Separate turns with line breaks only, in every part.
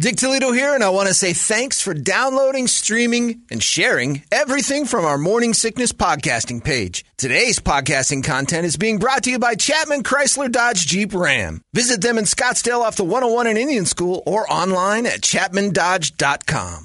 Dick Toledo here, and I want to say thanks for downloading, streaming, and sharing everything from our Morning Sickness podcasting page. Today's podcasting content is being brought to you by Chapman Chrysler Dodge Jeep Ram. Visit them in Scottsdale off the 101 in Indian School or online at chapmandodge.com.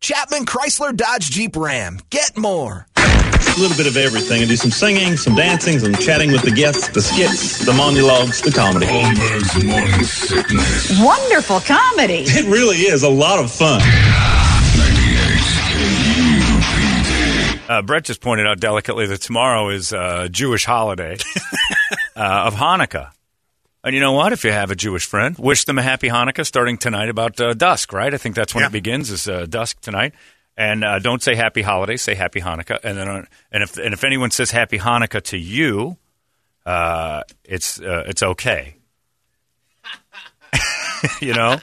Chapman Chrysler Dodge Jeep Ram. Get more.
A little bit of everything. I do some singing, some dancing, some chatting with the guests, the skits, the monologues, the comedy.
Holmberg's Morning Sickness.
Wonderful comedy.
It really is a lot of fun.
Uh, Brett just pointed out delicately that tomorrow is a Jewish holiday uh, of Hanukkah. And you know what? If you have a Jewish friend, wish them a happy Hanukkah starting tonight about uh, dusk, right? I think that's when it begins is uh, dusk tonight. And uh, don't say happy holidays, say happy Hanukkah. And then, uh, and if and if anyone says happy Hanukkah to you, uh, it's uh, it's okay. you know,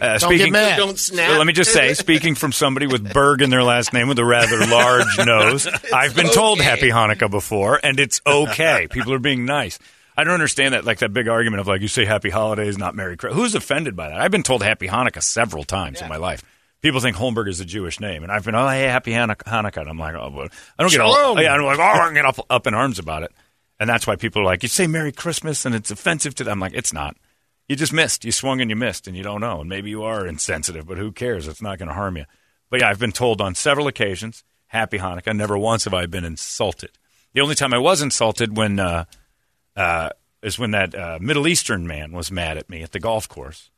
uh,
Don't get mad. Don't snap.
Let me just say, speaking from somebody with Berg in their last name with a rather large nose, I've been told Happy Hanukkah before, and it's okay. People are being nice. I don't understand that, like that big argument of like you say Happy Holidays, not Merry Christmas. Who's offended by that? I've been told Happy Hanukkah several times in my life. People think Holmberg is a Jewish name, and I've been oh hey Happy Hanuk- Hanukkah, and I'm like oh but I don't get all
Shalom.
yeah, I'm like oh I'm getting up, up in arms about it, and that's why people are like you say Merry Christmas and it's offensive to them. I'm like it's not. You just missed. You swung and you missed, and you don't know. And maybe you are insensitive, but who cares? It's not going to harm you. But yeah, I've been told on several occasions, Happy Hanukkah. Never once have I been insulted. The only time I was insulted when uh, uh, is when that uh, Middle Eastern man was mad at me at the golf course,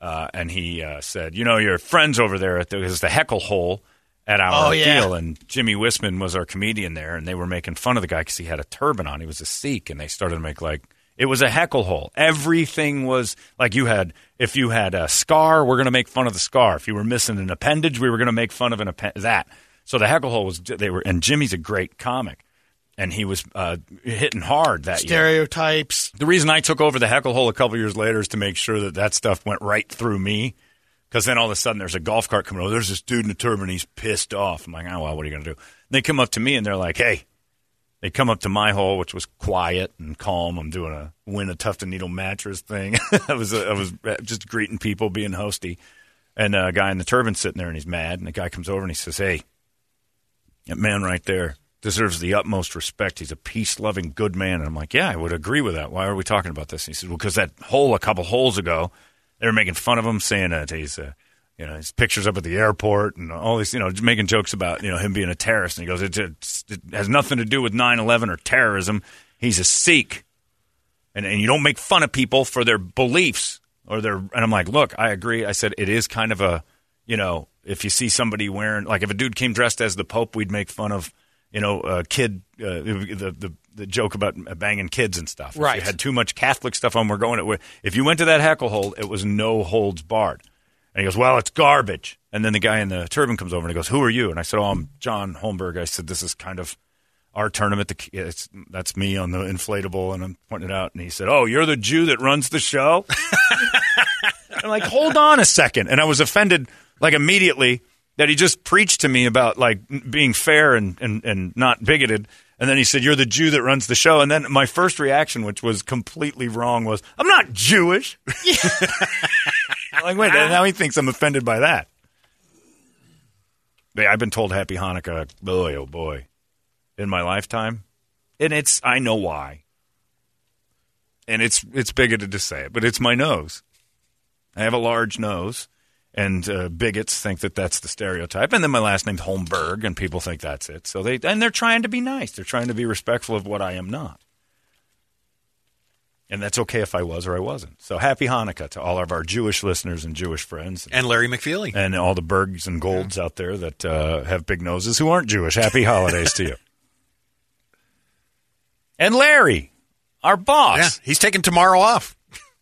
uh, and he uh, said, "You know, your friends over there at the, it was the heckle hole at our
Oh, yeah.
deal." And Jimmy Wisman was our comedian there, and they were making fun of the guy because he had a turban on. He was a Sikh, and they started to make like it was a heckle hole. Everything was like you had if you had a scar, we're going to make fun of the scar. If you were missing an appendage, we were going to make fun of an appen- that. So the heckle hole was they were, and Jimmy's a great comic. And he was uh, hitting hard that year.
stereotypes.
The reason I took over the heckle hole a couple years later is to make sure that that stuff went right through me. Because then all of a sudden there's a golf cart coming over. There's this dude in a turban. He's pissed off. I'm like, oh, well, what are you going to do? And they come up to me and they're like, hey. They come up to my hole, which was quiet and calm. I'm doing a win a tuft and needle mattress thing. I was uh, I was just greeting people, being hosty, and a guy in the turban sitting there, and he's mad. And the guy comes over and he says, "Hey, that man right there deserves the utmost respect. He's a peace loving, good man. And I'm like, yeah, I would agree with that. Why are we talking about this? And he said, well, because that hole a couple holes ago, they were making fun of him, saying that he's, uh, you know, his pictures up at the airport and all these, you know, making jokes about, you know, him being a terrorist. And he goes, it, it, it has nothing to do with 9 11 or terrorism. He's a Sikh. And, and you don't make fun of people for their beliefs or their. And I'm like, look, I agree. I said, it is kind of a, you know, if you see somebody wearing, like if a dude came dressed as the Pope, we'd make fun of, you know, a kid, uh, the, the, the joke about banging kids and stuff. If
Right.
you had too much Catholic stuff on, we're going it. If you went to that heckle hole, it was no holds barred. And he goes, well, it's garbage. And then the guy in the turban comes over and he goes, who are you? And I said, oh, I'm John Holmberg. I said, this is kind of our tournament. The, it's, that's me on the inflatable, and I'm pointing it out. And he said, "Oh, you're the Jew that runs the show." I'm like, "Hold on a second. and I was offended like immediately that he just preached to me about like n- being fair and and and not bigoted. And then he said, "You're the Jew that runs the show." And then my first reaction, which was completely wrong, was, "I'm not Jewish." I'm like, wait, now he thinks I'm offended by that. Yeah, I've been told Happy Hanukkah. Boy, oh boy in my lifetime, and it's I know why. And it's it's bigoted to say it, but it's my nose. I have a large nose, and uh, bigots think that that's the stereotype. And then my last name's Holmberg, and people think that's it. So they and they're trying to be nice. They're trying to be respectful of what I am not. And that's okay if I was or I wasn't. So happy Hanukkah to all of our Jewish listeners and Jewish friends
And Larry McFeely.
and all the Bergs and Golds out there that uh, have big noses who aren't Jewish. Happy holidays to you. And Larry, our
Yeah,
boss,
he's taking tomorrow off.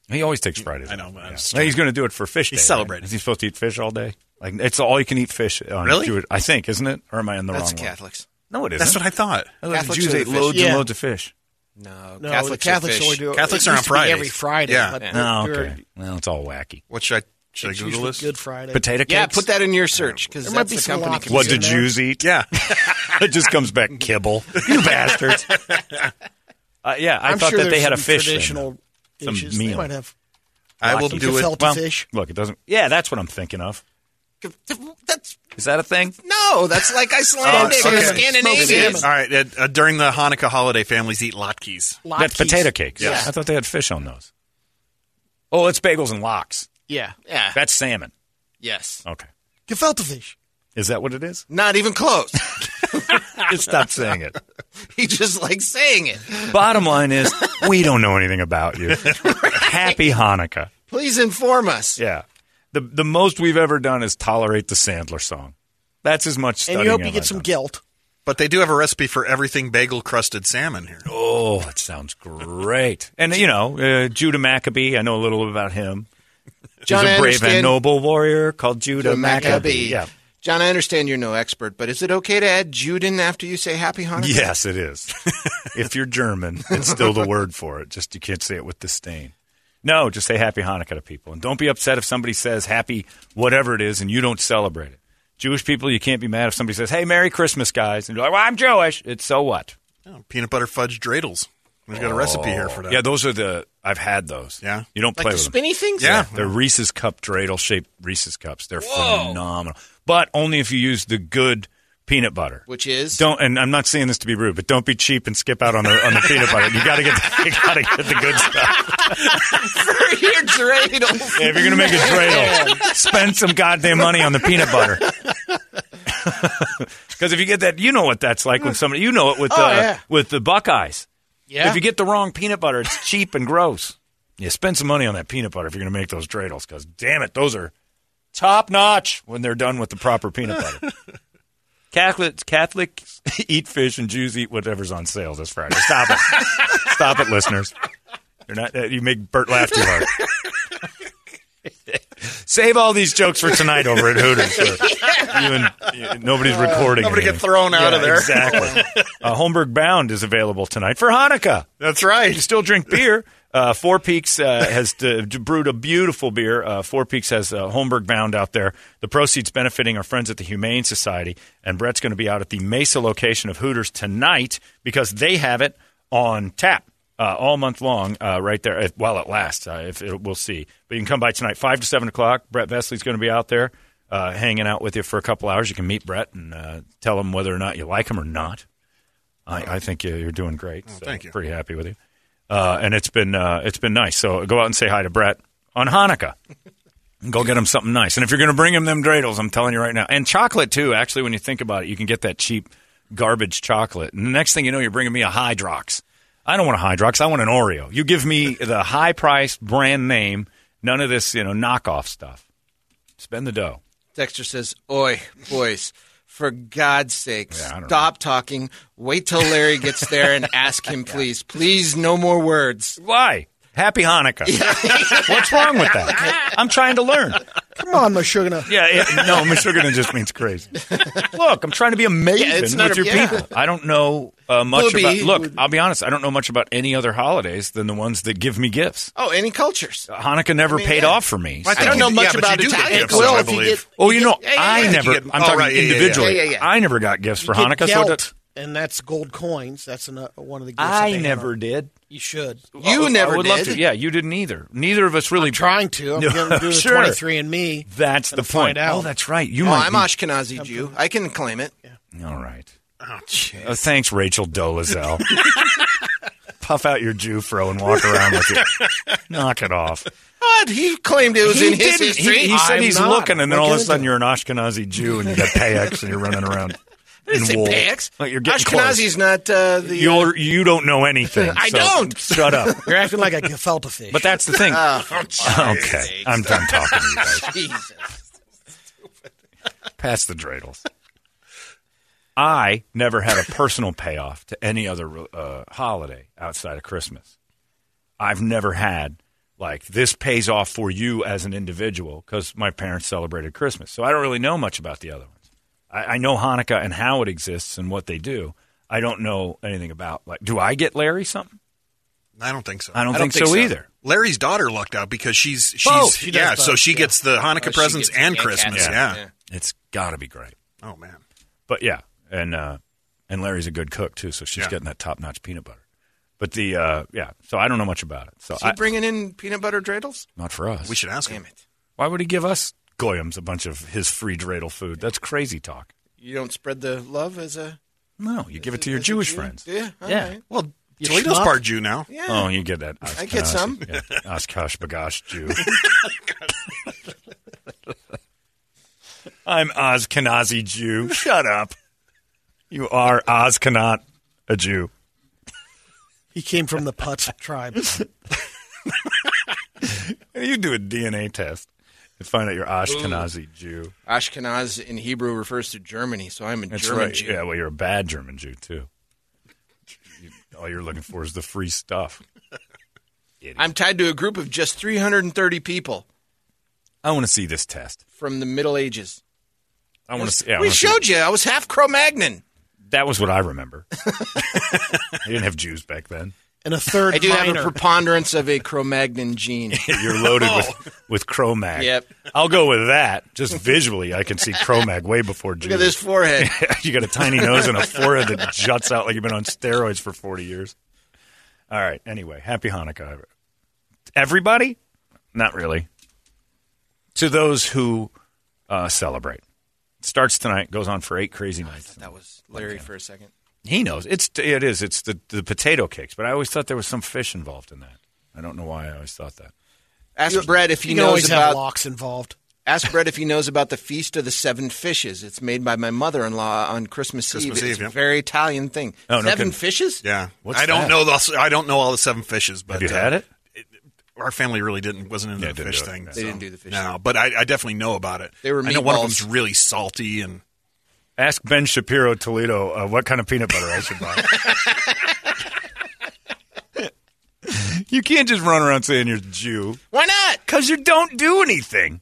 he always takes Fridays.
I know,
off.
but I
Yeah.
was
Now he's going to do it for fish.
He's
day,
celebrating.
Right? Is he supposed to eat fish all day? Like it's all you can eat fish. On
Really?
Jewish- I think, isn't it? Or am I in the
That's
wrong
Catholics.
one? No, it isn't.
That's what I thought.
I thought the
Catholics
Jews
are
ate
the fish.
loads and
Yeah.
loads of fish.
No,
No,
Catholics,
the Catholics
are
only
fish.
do it.
Catholics
it
are
used
on
to be every
Fridays.
Friday.
Yeah.
but
Oh,
they're-
okay. Well, it's all wacky.
What should I should I
it's
Google
usually
this?
Good Friday.
Potato cakes.
Yeah, put that in your search because
There
that's
might be
the
some
company.
lobster.
What
in
did
there.
Jews eat?
Yeah,
it just comes back kibble. You bastards. Uh, yeah, I
I'm
thought
sure
that they
there's
had a
some
fish. thing.
traditional
Some
dishes. They
meal.
might have
I will
Locky.
do it.
gefilte
Well,
fish.
Look, it doesn't. Yeah, that's what I'm thinking of.
That's
Is that a thing?
no, that's like Icelandic or
okay.
Scandinavian.
All right, uh, uh, during the Hanukkah holiday, families eat latkes.
That's
latkes.
potato cakes.
Yeah.
I thought they had fish on those. Oh, it's bagels and lox.
Yeah.
Yeah,
That's salmon.
yes,
Okay.
Gefilte fish.
Is that what it is?
not even close.
Just stop saying it.
he just likes saying it.
Bottom line is, we don't know anything about you. Happy Hanukkah.
Please inform us.
Yeah. The the most we've ever done is tolerate the Sandler song. That's as much.
And
studying
you hope you
as
get
I've
some
done.
guilt.
But they do have a recipe for everything bagel crusted salmon here.
Oh, that sounds great. And you know, uh, Judah Maccabee. I know a little about him.
John
He's a brave
Anderson.
and noble warrior called Judah
The
Maccabee.
Maccabee.
Yeah.
John, I understand you're no expert, but is it okay to add Juden after you say Happy Hanukkah?
Yes, it is. if you're German, it's still the word for it. Just you can't say it with disdain. No, just say Happy Hanukkah to people, and don't be upset if somebody says Happy whatever it is and you don't celebrate it. Jewish people, you can't be mad if somebody says, "Hey, Merry Christmas, guys," and you're like, "Well, I'm Jewish." It's so what?
Oh, peanut butter fudge dreidels. We've got a recipe here for that.
Yeah, those are the I've had those.
Yeah.
you don't
Like
play
the
with them.
spinny things?
Yeah.
They're Reese's cup dreidel shaped Reese's cups. They're phenomenal, but only if you use the good peanut butter.
Which is?
don't. And I'm not saying this to be rude, but don't be cheap and skip out on the on the peanut butter. You gotta get the, you gotta get the good stuff.
Your dreidel.
Yeah, if you're gonna make a dreidel, spend some goddamn money on the peanut butter. Because if you get that, you know what that's like when somebody you know it with the
yeah.
with the Buckeyes.
Yeah.
If you get the wrong peanut butter, it's cheap and gross. Yeah, spend some money on that peanut butter if you're going to make those dreidels, because damn it, those are top notch when they're done with the proper peanut butter. Catholics, Catholics eat fish and Jews eat whatever's on sale this Friday. Stop it, stop it, listeners. You're not. uh, You make Bert laugh too hard. Save all these jokes for tonight over at Hooters. sir. You and, you- nobody's recording.
I'm gonna
anything.
get thrown out
Yeah,
of there.
Exactly. uh, Holmberg Bound is available tonight for Hanukkah.
That's
You can
right.
still drink beer. Uh, Four Peaks uh, has uh, brewed a beautiful beer. Uh, Four Peaks has uh, Homburg Bound out there. The proceeds benefiting our friends at the Humane Society. And Brett's going to be out at the Mesa location of Hooters tonight because they have it on tap uh, all month long uh, right there if, while it lasts. Uh, if it, We'll see. But you can come by tonight, 5 to 7 o'clock. Brett Vesley's going to be out there uh, hanging out with you for a couple hours. You can meet Brett and uh, tell him whether or not you like him or not. I, I think you- you're doing great. so
Oh, thank you.
Pretty happy with you. Uh, and it's been uh, it's been nice. So go out and say hi to Brett on Hanukkah. And go get him something nice. And if you're going to bring him them dreidels, I'm telling you right now, and chocolate too. Actually, when you think about it, you can get that cheap garbage chocolate. And the next thing you know, you're bringing me a Hydrox. I don't want a Hydrox. I want an Oreo. You give me the high priced brand name. None of this, you know, knockoff stuff. Spend the dough.
Dexter says, Oi, boys, for God's sake,
I don't know.
stop talking. Wait till Larry gets there and ask him, please. Please, no more words.
Why? Happy Hanukkah. What's wrong with that? I'm trying to learn.
Come on, Meshuggah.
Yeah, it, no, Michigan just means crazy. Look, I'm trying to be amazing
Yeah, it's not
with
a-
your
yeah.
people. I don't know uh, much
Booby
about. Look,
would-
I'll be honest. I don't know much about any other holidays than the ones that give me gifts.
Oh, any cultures.
Hanukkah never paid
yeah.
off for me.
I
I don't
think-
know
yeah,
much
but you
about
do get
Italian
gifts,
culture.
I
Well, if you
believe.
get
Oh, you know,
Yeah, yeah,
I
yeah.
never.
You get-
I'm
oh,
talking
right, yeah, yeah, yeah.
individually.
Yeah, yeah, yeah.
I never got gifts for
get
Hanukkah. So
gelt,
that's,
and that's gold coins. That's an, uh, one of the gifts. that
I
they
never
have.
did.
You should.
You
I-
never
I would
did.
love to. Yeah, you didn't either. Neither of us really
Trying to. I'm
No,
going to do the
sure.
23 and me.
That's the point.
find out.
Oh, that's right. You
Oh,
might.
I'm Ashkenazi Jew. I can claim it.
be- All right.
Oh, jeez.
Uh, thanks, Rachel Dolezal. puff out your Jufro and walk around with it. Knock it off.
What? He claimed it was in his history.
He, he said
I'm
he's
not.
looking, and then
What
all of a
can I
sudden
do?
you're an Ashkenazi Jew and you got payex and you're running around.
I didn't
in
say
wool.
Pax.
Like you're getting
Ashkenazi's not uh, the.
You're, you don't know anything.
I
so
don't.
Shut up.
You're acting like a gefilte fish.
But that's the thing.
Oh,
okay, I'm done talking to you guys.
Jesus.
Pass the dreidels. I never had a personal payoff to any other uh, holiday outside of Christmas. I've never had like this pays off for you as an individual because my parents celebrated Christmas, so I don't really know much about the other ones. I, I know Hanukkah and how it exists and what they do. I don't know anything about like. Do I get Larry something?
I don't think so.
I don't, think, so, either.
Larry's daughter lucked out because she's she's
Both.
She does
yeah, so
both,
she
yeah.
gets the Hanukkah
Or she
presents
gets
and
the
Christmas.
cat-
Yeah.
It's got to be great.
Oh man.
But yeah, and uh, and Larry's a good cook too, so she's
Yeah.
getting that top notch peanut butter. But the uh, yeah, so I don't know much about it. So
Is he
I,
bringing in peanut butter dreidels?
not for us.
We should ask
Damn
him.
it.
Why would he give us goyams a bunch of his free dreidel food? That's crazy talk.
You don't spread the love as a.
No, you give it to your Jewish friends.
Yeah. all
Yeah.
right.
Well, Toledo's
schmuck.
part Jew now.
Yeah.
Oh, you get that?
I get
Ashkenazi-
some.
yeah, Oshkosh bagosh Jew. I'm Ozkenazi Jew. Shut up. You are Ozkanat, a Jew.
he came from the Putz tribe.
You do a DNA test and find out you're Ashkenazi Jew.
Ashkenaz in Hebrew refers to Germany, so I'm a German Jew.
Yeah, well, you're a bad German Jew too. You- all you're looking for is the free stuff.
I'm tied to a group of just 330 people
I want to see this test.
from the Middle Ages.
I want to see. Yeah, I
we
wanna see-
showed you. I was half Cro-Magnon.
That was what I remember. I didn't have Jews back then.
And a third
I do have a
minor.
preponderance of a Cro-Magnon gene.
You're loaded with with Cro-Mag.
Oh. Yep.
I'll go with that. Just visually, I can see Cro-Mag way before Jews.
Look at this forehead.
you got a tiny nose and a forehead that juts out like you've been on steroids for 40 years. All right. Anyway, happy Hanukkah. Everybody? Not really. To those who uh, celebrate. It starts tonight, goes on for eight crazy nights.
That was Larry for a second.
He knows. It's it is. It's the, the potato cakes, but I always thought there was some fish involved in that. I don't know why I always thought that.
Ask Brett if he
You can
knows
always have
about
locks involved.
Ask Brett if he knows about the Feast of the Seven Fishes. It's made by my mother-in-law on Christmas,
Christmas
Eve.
Eve,
It's a
yeah.
very Italian thing.
Oh, no
Seven
kidding.
fishes?
Yeah.
What's
I don't
that?
know the I don't know all the seven fishes, but
Have you
uh,
had it?
Our family really didn't wasn't into
Yeah,
the
didn't
fish
do it.
thing.
They
so-
didn't do the fish
No, but I, I definitely know about it.
They were
I know one of
meatballs.
them's really salty and
Ask Ben Shapiro Toledo uh, what kind of peanut butter I should buy. you can't just run around saying you're Jew
Why not?
because you don't do anything.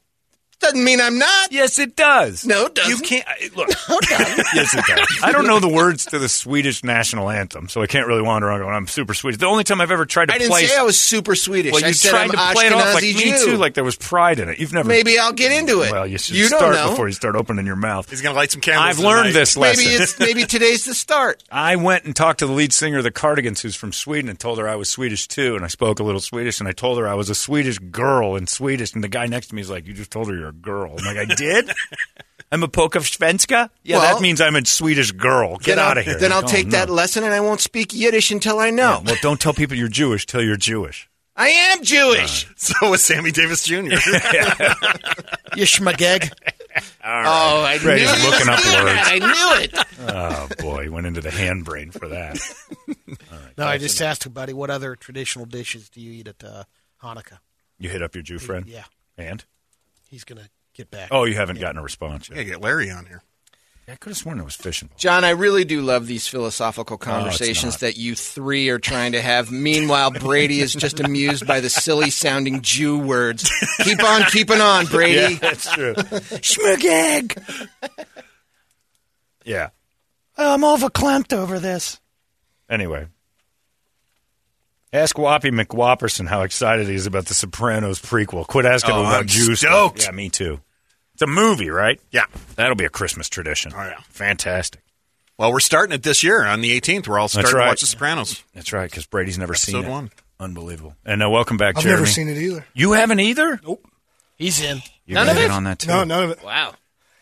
Doesn't mean I'm not.
Yes, it does.
No, it doesn't.
You can't I- look. yes, it does. I don't know the words to the Swedish national anthem, so I can't really wander around going. I'm super Swedish. The only time I've ever tried to
I didn't
play.
say I was super Swedish.
well, you
I said
tried
I'm
to play it off like
Ashkenazi
me
Jew.
too, like there was pride in it. You've never.
Maybe I'll get into it.
Well, you should
don't
start
know.
before you start opening your mouth.
he's gonna light some candles.
I've learned
tonight.
this lesson.
Maybe it's maybe today's the start.
I went and talked to the lead singer of the Cardigans, who's from Sweden, and told her I was Swedish too. And I spoke a little Swedish, and I told her I was a Swedish girl in Swedish. And the guy next to me is like, "You just told her you're a girl." I'm like, "I did." I'm a poke of Svenska. Yeah,
Well-
that means I'm a Swedish girl. Get
Then I'll-
out of here.
Then I'll
Oh,
take
no.
that lesson and I won't speak Yiddish until I
Yeah,
know.
well, don't tell people you're Jewish till you're Jewish.
I am Jewish.
So was Sammy Davis Jr.
You schmageg.
oh, I
Brett
knew
is
you
looking
were
up
doing
words.
that. I knew it.
Oh boy, he went into the hand brain for that.
No, I just asked you, buddy, what other traditional dishes do you eat at uh, Hanukkah?
You hit up your Jew friend.
Yeah.
And
He's going to get back.
oh, you haven't gotten a response
yeah,
yet.
get Larry on here.
I could have sworn it was fish involved.
John, I really do love these philosophical
Oh,
conversations
not.
that you three are trying to have. Meanwhile, Brady is just amused by the silly sounding Jew words. Keep on keeping on, Brady.
that's true. Schmugeg. Yeah.
Oh,
I'm overclamped over this. Anyway. Ask Whoppy McWhopperson how excited he is about the Sopranos prequel. Quit asking
Oh,
him about
I'm
juice.
stoked.
Yeah, me too. It's a movie, right?
Yeah.
That'll be a Christmas tradition.
Oh, yeah.
Fantastic.
Well, we're starting it this year on the 18th. We're all starting
right.
to watch The Sopranos.
That's right, because Brady's never seen
Episode
it.
one.
Unbelievable. And uh, welcome back,
I've
Jeremy.
never seen it either.
You haven't either? Nope.
He's in.
You
None of
gotta get
it?
on that too.
No, none of it.
Wow.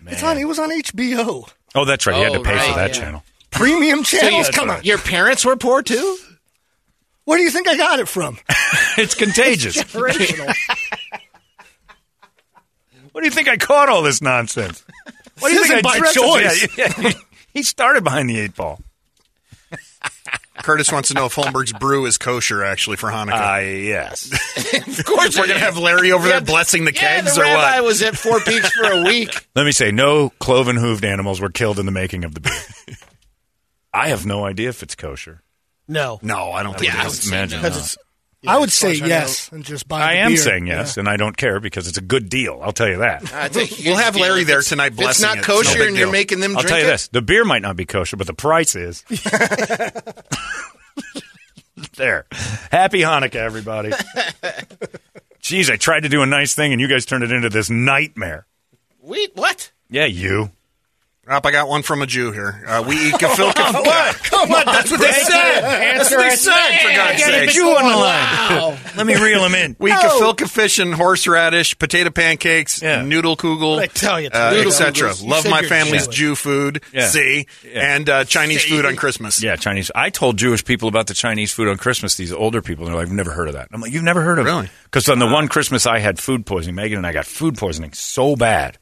It's on. It was on HBO.
Oh, that's right. you had
Oh,
to pay
right,
for that
yeah.
channel.
Premium channels. Come on.
Your parents were poor too?
Where do you think I got it from?
It's contagious.
Generational.
What do you think I caught all this nonsense? What do you
This
think I
isn't by
dreamt of-
choice.
Yeah, yeah, yeah. He started behind the eight ball.
Curtis wants to know if Holmberg's brew is kosher actually for Hanukkah.
Uh, yes.
Of course,
We're gonna have Larry over there blessing the
Yeah,
kegs
the
or
rabbi
what?
was at Four Peaks for a week.
Let me say, no cloven-hooved animals were killed in the making of the beer. I have no idea if it's kosher.
no.
no, I don't think
Yeah, I
it
would
is.
say
Imagine.
no.
not.
I would say
course I
yes and just buy.
I
the
am
beer.
saying yes, and I don't care because it's a good deal. I'll tell you that.
I think
We'll have Larry there tonight
If it's
blessing
not
it. It's no
kosher
big
and you're
deal.
making them
I'll
drink
tell you
it.
this: the beer might not be kosher, but the price is. there. Happy Hanukkah, everybody. Jeez, I tried to do a nice thing, and you guys turned it into this nightmare.
Wait, what?
Yeah, you.
Rob, I got one from a Jew here. Uh, we eat gefilte.
Come on, that's what they
That's what they said, for God's sake.
Let me reel him in.
We eat gefilte fish and horseradish, potato pancakes,
Yeah.
noodle kugel,
I tell you,
uh,
noodle
etc.
kugels. You
Love
said
my
you're
family's
Jewish.
Jew food,
Yeah.
see,
Yeah.
and uh, Chinese food on Christmas.
Yeah, Chinese. I told Jewish people about the Chinese food on Christmas. These older people, and they're like, "I've never heard of that." I'm like, "You've never heard of
Really?
it?" Because on the one Christmas, I had food poisoning. Megan and I got food poisoning so bad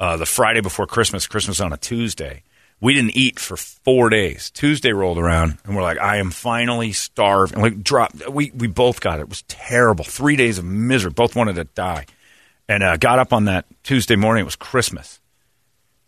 uh, the Friday before Christmas. Christmas on a Tuesday. We didn't eat for four days. Tuesday rolled around, and we're like, "I am finally starved." And like, drop. We we both got it. It was terrible. Three days of misery. Both wanted to die. And uh, got up on that Tuesday morning. It was Christmas.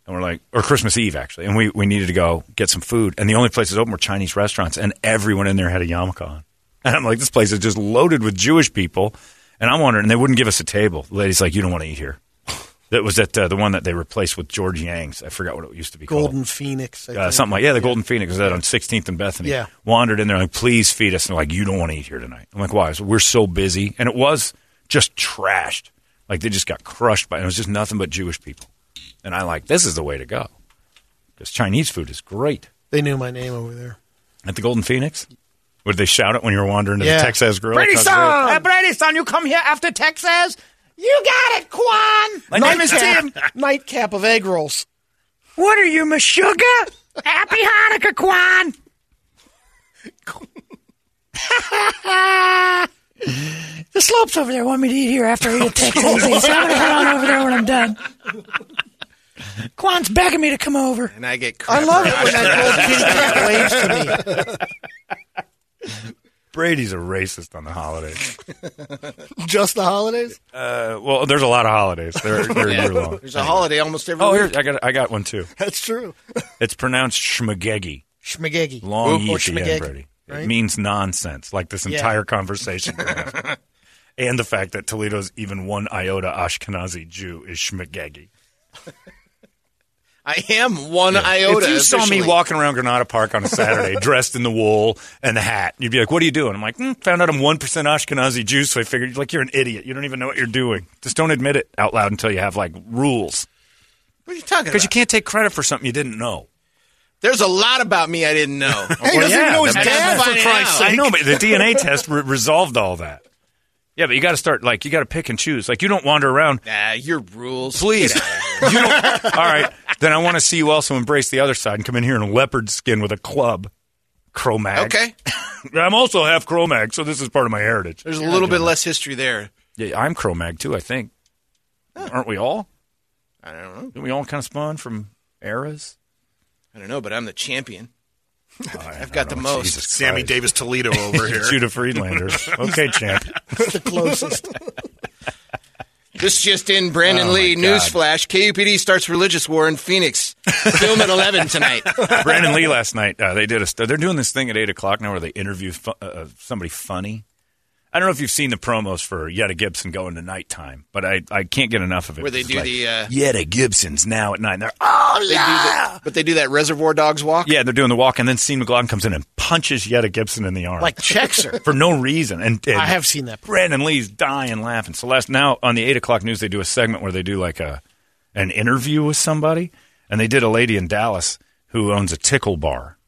And we're like, or Christmas Eve, actually. And we, we needed to go get some food. And the only places open were Chinese restaurants. And everyone in there had a yarmulke on. And I'm like, this place is just loaded with Jewish people. And I'm wondering, and they wouldn't give us a table. The lady's like, you don't want to eat here. That was at uh, the one that they replaced with George Yang's. I forgot what it used to be
Golden
called.
Phoenix. I
Uh,
think.
something like, yeah, the Golden Phoenix was that on 16th and Bethany.
Yeah.
Wandered in there, like, please feed us. And they're like, you don't want to eat here tonight. I'm like, why? So we're so busy. And it was just trashed. Like, they just got crushed by it. It was just nothing but Jewish people. And I like, this is the way to go because Chinese food is great.
They knew my name over there.
At the Golden Phoenix, would they shout it when you were wandering to
Yeah.
the Texas Grill? Brady Son,
Uh,
Brady Son, you come here after Texas. You got it, Quan. My name is Tim.
Nightcap of egg rolls.
What are you, Meshuggah? Happy Hanukkah, Quan.
The slopes over there want me to eat here after I eat a Texas thing, so I'm gonna head on over there when I'm done. Quan's begging me to come over.
And I get
I
crap
love it when that gold kitty cat waves to me.
Brady's a racist on the holidays.
Just the holidays.
Uh, well, there's a lot of holidays. They're, they're year long.
There's a holiday almost every
Oh,
week.
here I got I got one too.
That's true.
It's pronounced schmagegi.
Schmagegi.
Long
Or
E at the end,
schmageg,
Brady. It
right?
means nonsense, like this entire conversation. and the fact that Toledo's even one iota Ashkenazi Jew is Schmagegi.
I am one iota.
if you saw me
officially.
walking around Granada Park on a Saturday dressed in the wool and the hat, you'd be like, what are you doing? I'm like, "Hmm, found out I'm 1% Ashkenazi Jew, so I figured, like, you're an idiot. You don't even know what you're doing. Just don't admit it out loud until you have, like, rules.
what are you talking about?
Because you can't take credit for something you didn't know.
There's a lot about me I didn't know.
Hey, he doesn't even know his
that's
dad.
fine.
For
Find it
Christ's
out.
sake.
I know, but the DNA test re- resolved all that. Yeah, but you got to start like you got to pick and choose. Like you don't wander around.
nah, uh, your rules.
Please,
Get out of
you don't. All right, then I want to see you also embrace the other side and come in here in leopard skin with a club, Cro-Mag.
here. Okay.
I'm also half Cro-Mag, so this is part of my heritage.
There's a little bit less history there.
Yeah, I'm Cro-Mag too. I think. Aren't we all?
I don't know.
Didn't we all kind of spawn from eras?
I don't know, but I'm the champion.
I've
got the most.
Sammy Davis Toledo over here.
Judah Friedlanders. Okay, champ.
This just in, Brandon Lee, newsflash. KUPD starts religious war in Phoenix. Film at 11 tonight.
Brandon Lee last night. Uh, they did a. St- they're doing this thing at eight o'clock now where they interview fu- uh, uh, somebody funny. I don't know if you've seen the promos for Yetta Gibson going to nighttime, but I, I can't get enough of it.
Where they
It's
do
like,
the, uh,
Yetta Gibson's now at nine. They're oh
They do
yeah,
the- but they do that Reservoir Dogs walk.
yeah. They're doing the walk, and then Steve McLaughlin comes in and punches Yetta Gibson in the arm,
Like checks her.
for no reason. And, and
I have seen that.
Brandon Lee's dying laughing. So last now on the eight o'clock news, they do a segment where they do like a an interview with somebody, and they did a lady in Dallas who owns a tickle bar,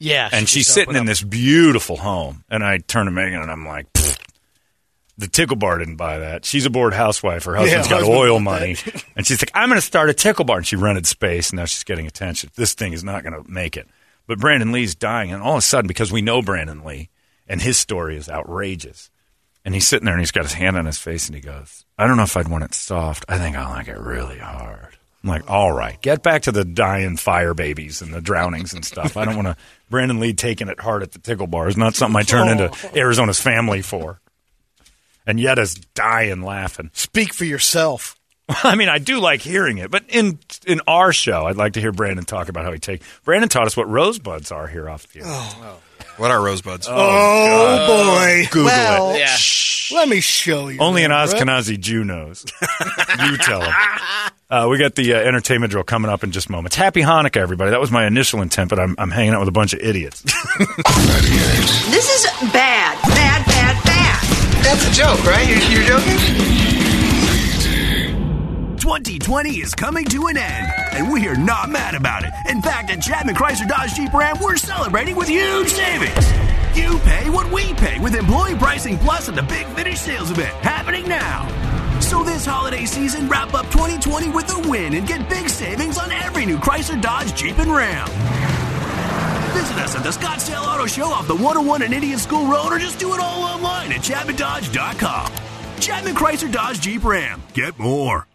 Yeah.
and
she
she's
just
sitting
opened
in
up.
this beautiful home. And I turn to Megan and I'm like, "Pfft, the tickle bar didn't buy that. She's a bored housewife. Her husband's got
husband
oil
bought
money, and she's like, I'm going to start a tickle bar. And she rented space, and now she's getting attention. This thing is not going to make it. But Brandon Lee's dying, and all of a sudden, because we know Brandon Lee, and his story is outrageous. And he's sitting there and he's got his hand on his face and he goes, I don't know if I'd want it soft. I think I like it really hard. I'm like, all right, get back to the dying fire babies and the drownings and stuff. I don't want to. Brandon Lee taking it hard at the tickle bar is not something I turn into Arizona's family for. And yet, is dying laughing.
Speak for yourself.
I mean, I do like hearing it, but in in our show, I'd like to hear Brandon talk about how he take. Brandon taught us what rosebuds are here off the air.
What are rosebuds?
Oh, boy.
Google
well,
it.
shh, Let me show you.
Only an
there, bro.
Ashkenazi Jew knows. you tell him. Uh, we got the uh, entertainment drill coming up in just moments. Happy Hanukkah, everybody. That was my initial intent, but I'm, I'm hanging out with a bunch of idiots.
This is bad, bad, bad, bad.
That's a joke, right? You're, you're joking?
2020 is coming to an end, and we are not mad about it. In fact, at Chapman Chrysler Dodge Jeep Ram, we're celebrating with huge savings. You pay what we pay with employee pricing plus at the Big Finish sales event happening now. So this holiday season, wrap up 2020 with a win and get big savings on every new Chrysler Dodge Jeep and Ram. Visit us at the Scottsdale Auto Show off the 101 and Indian School Road or just do it all online at ChapmanDodge.com. Chapman Chrysler Dodge Jeep Ram. Get more.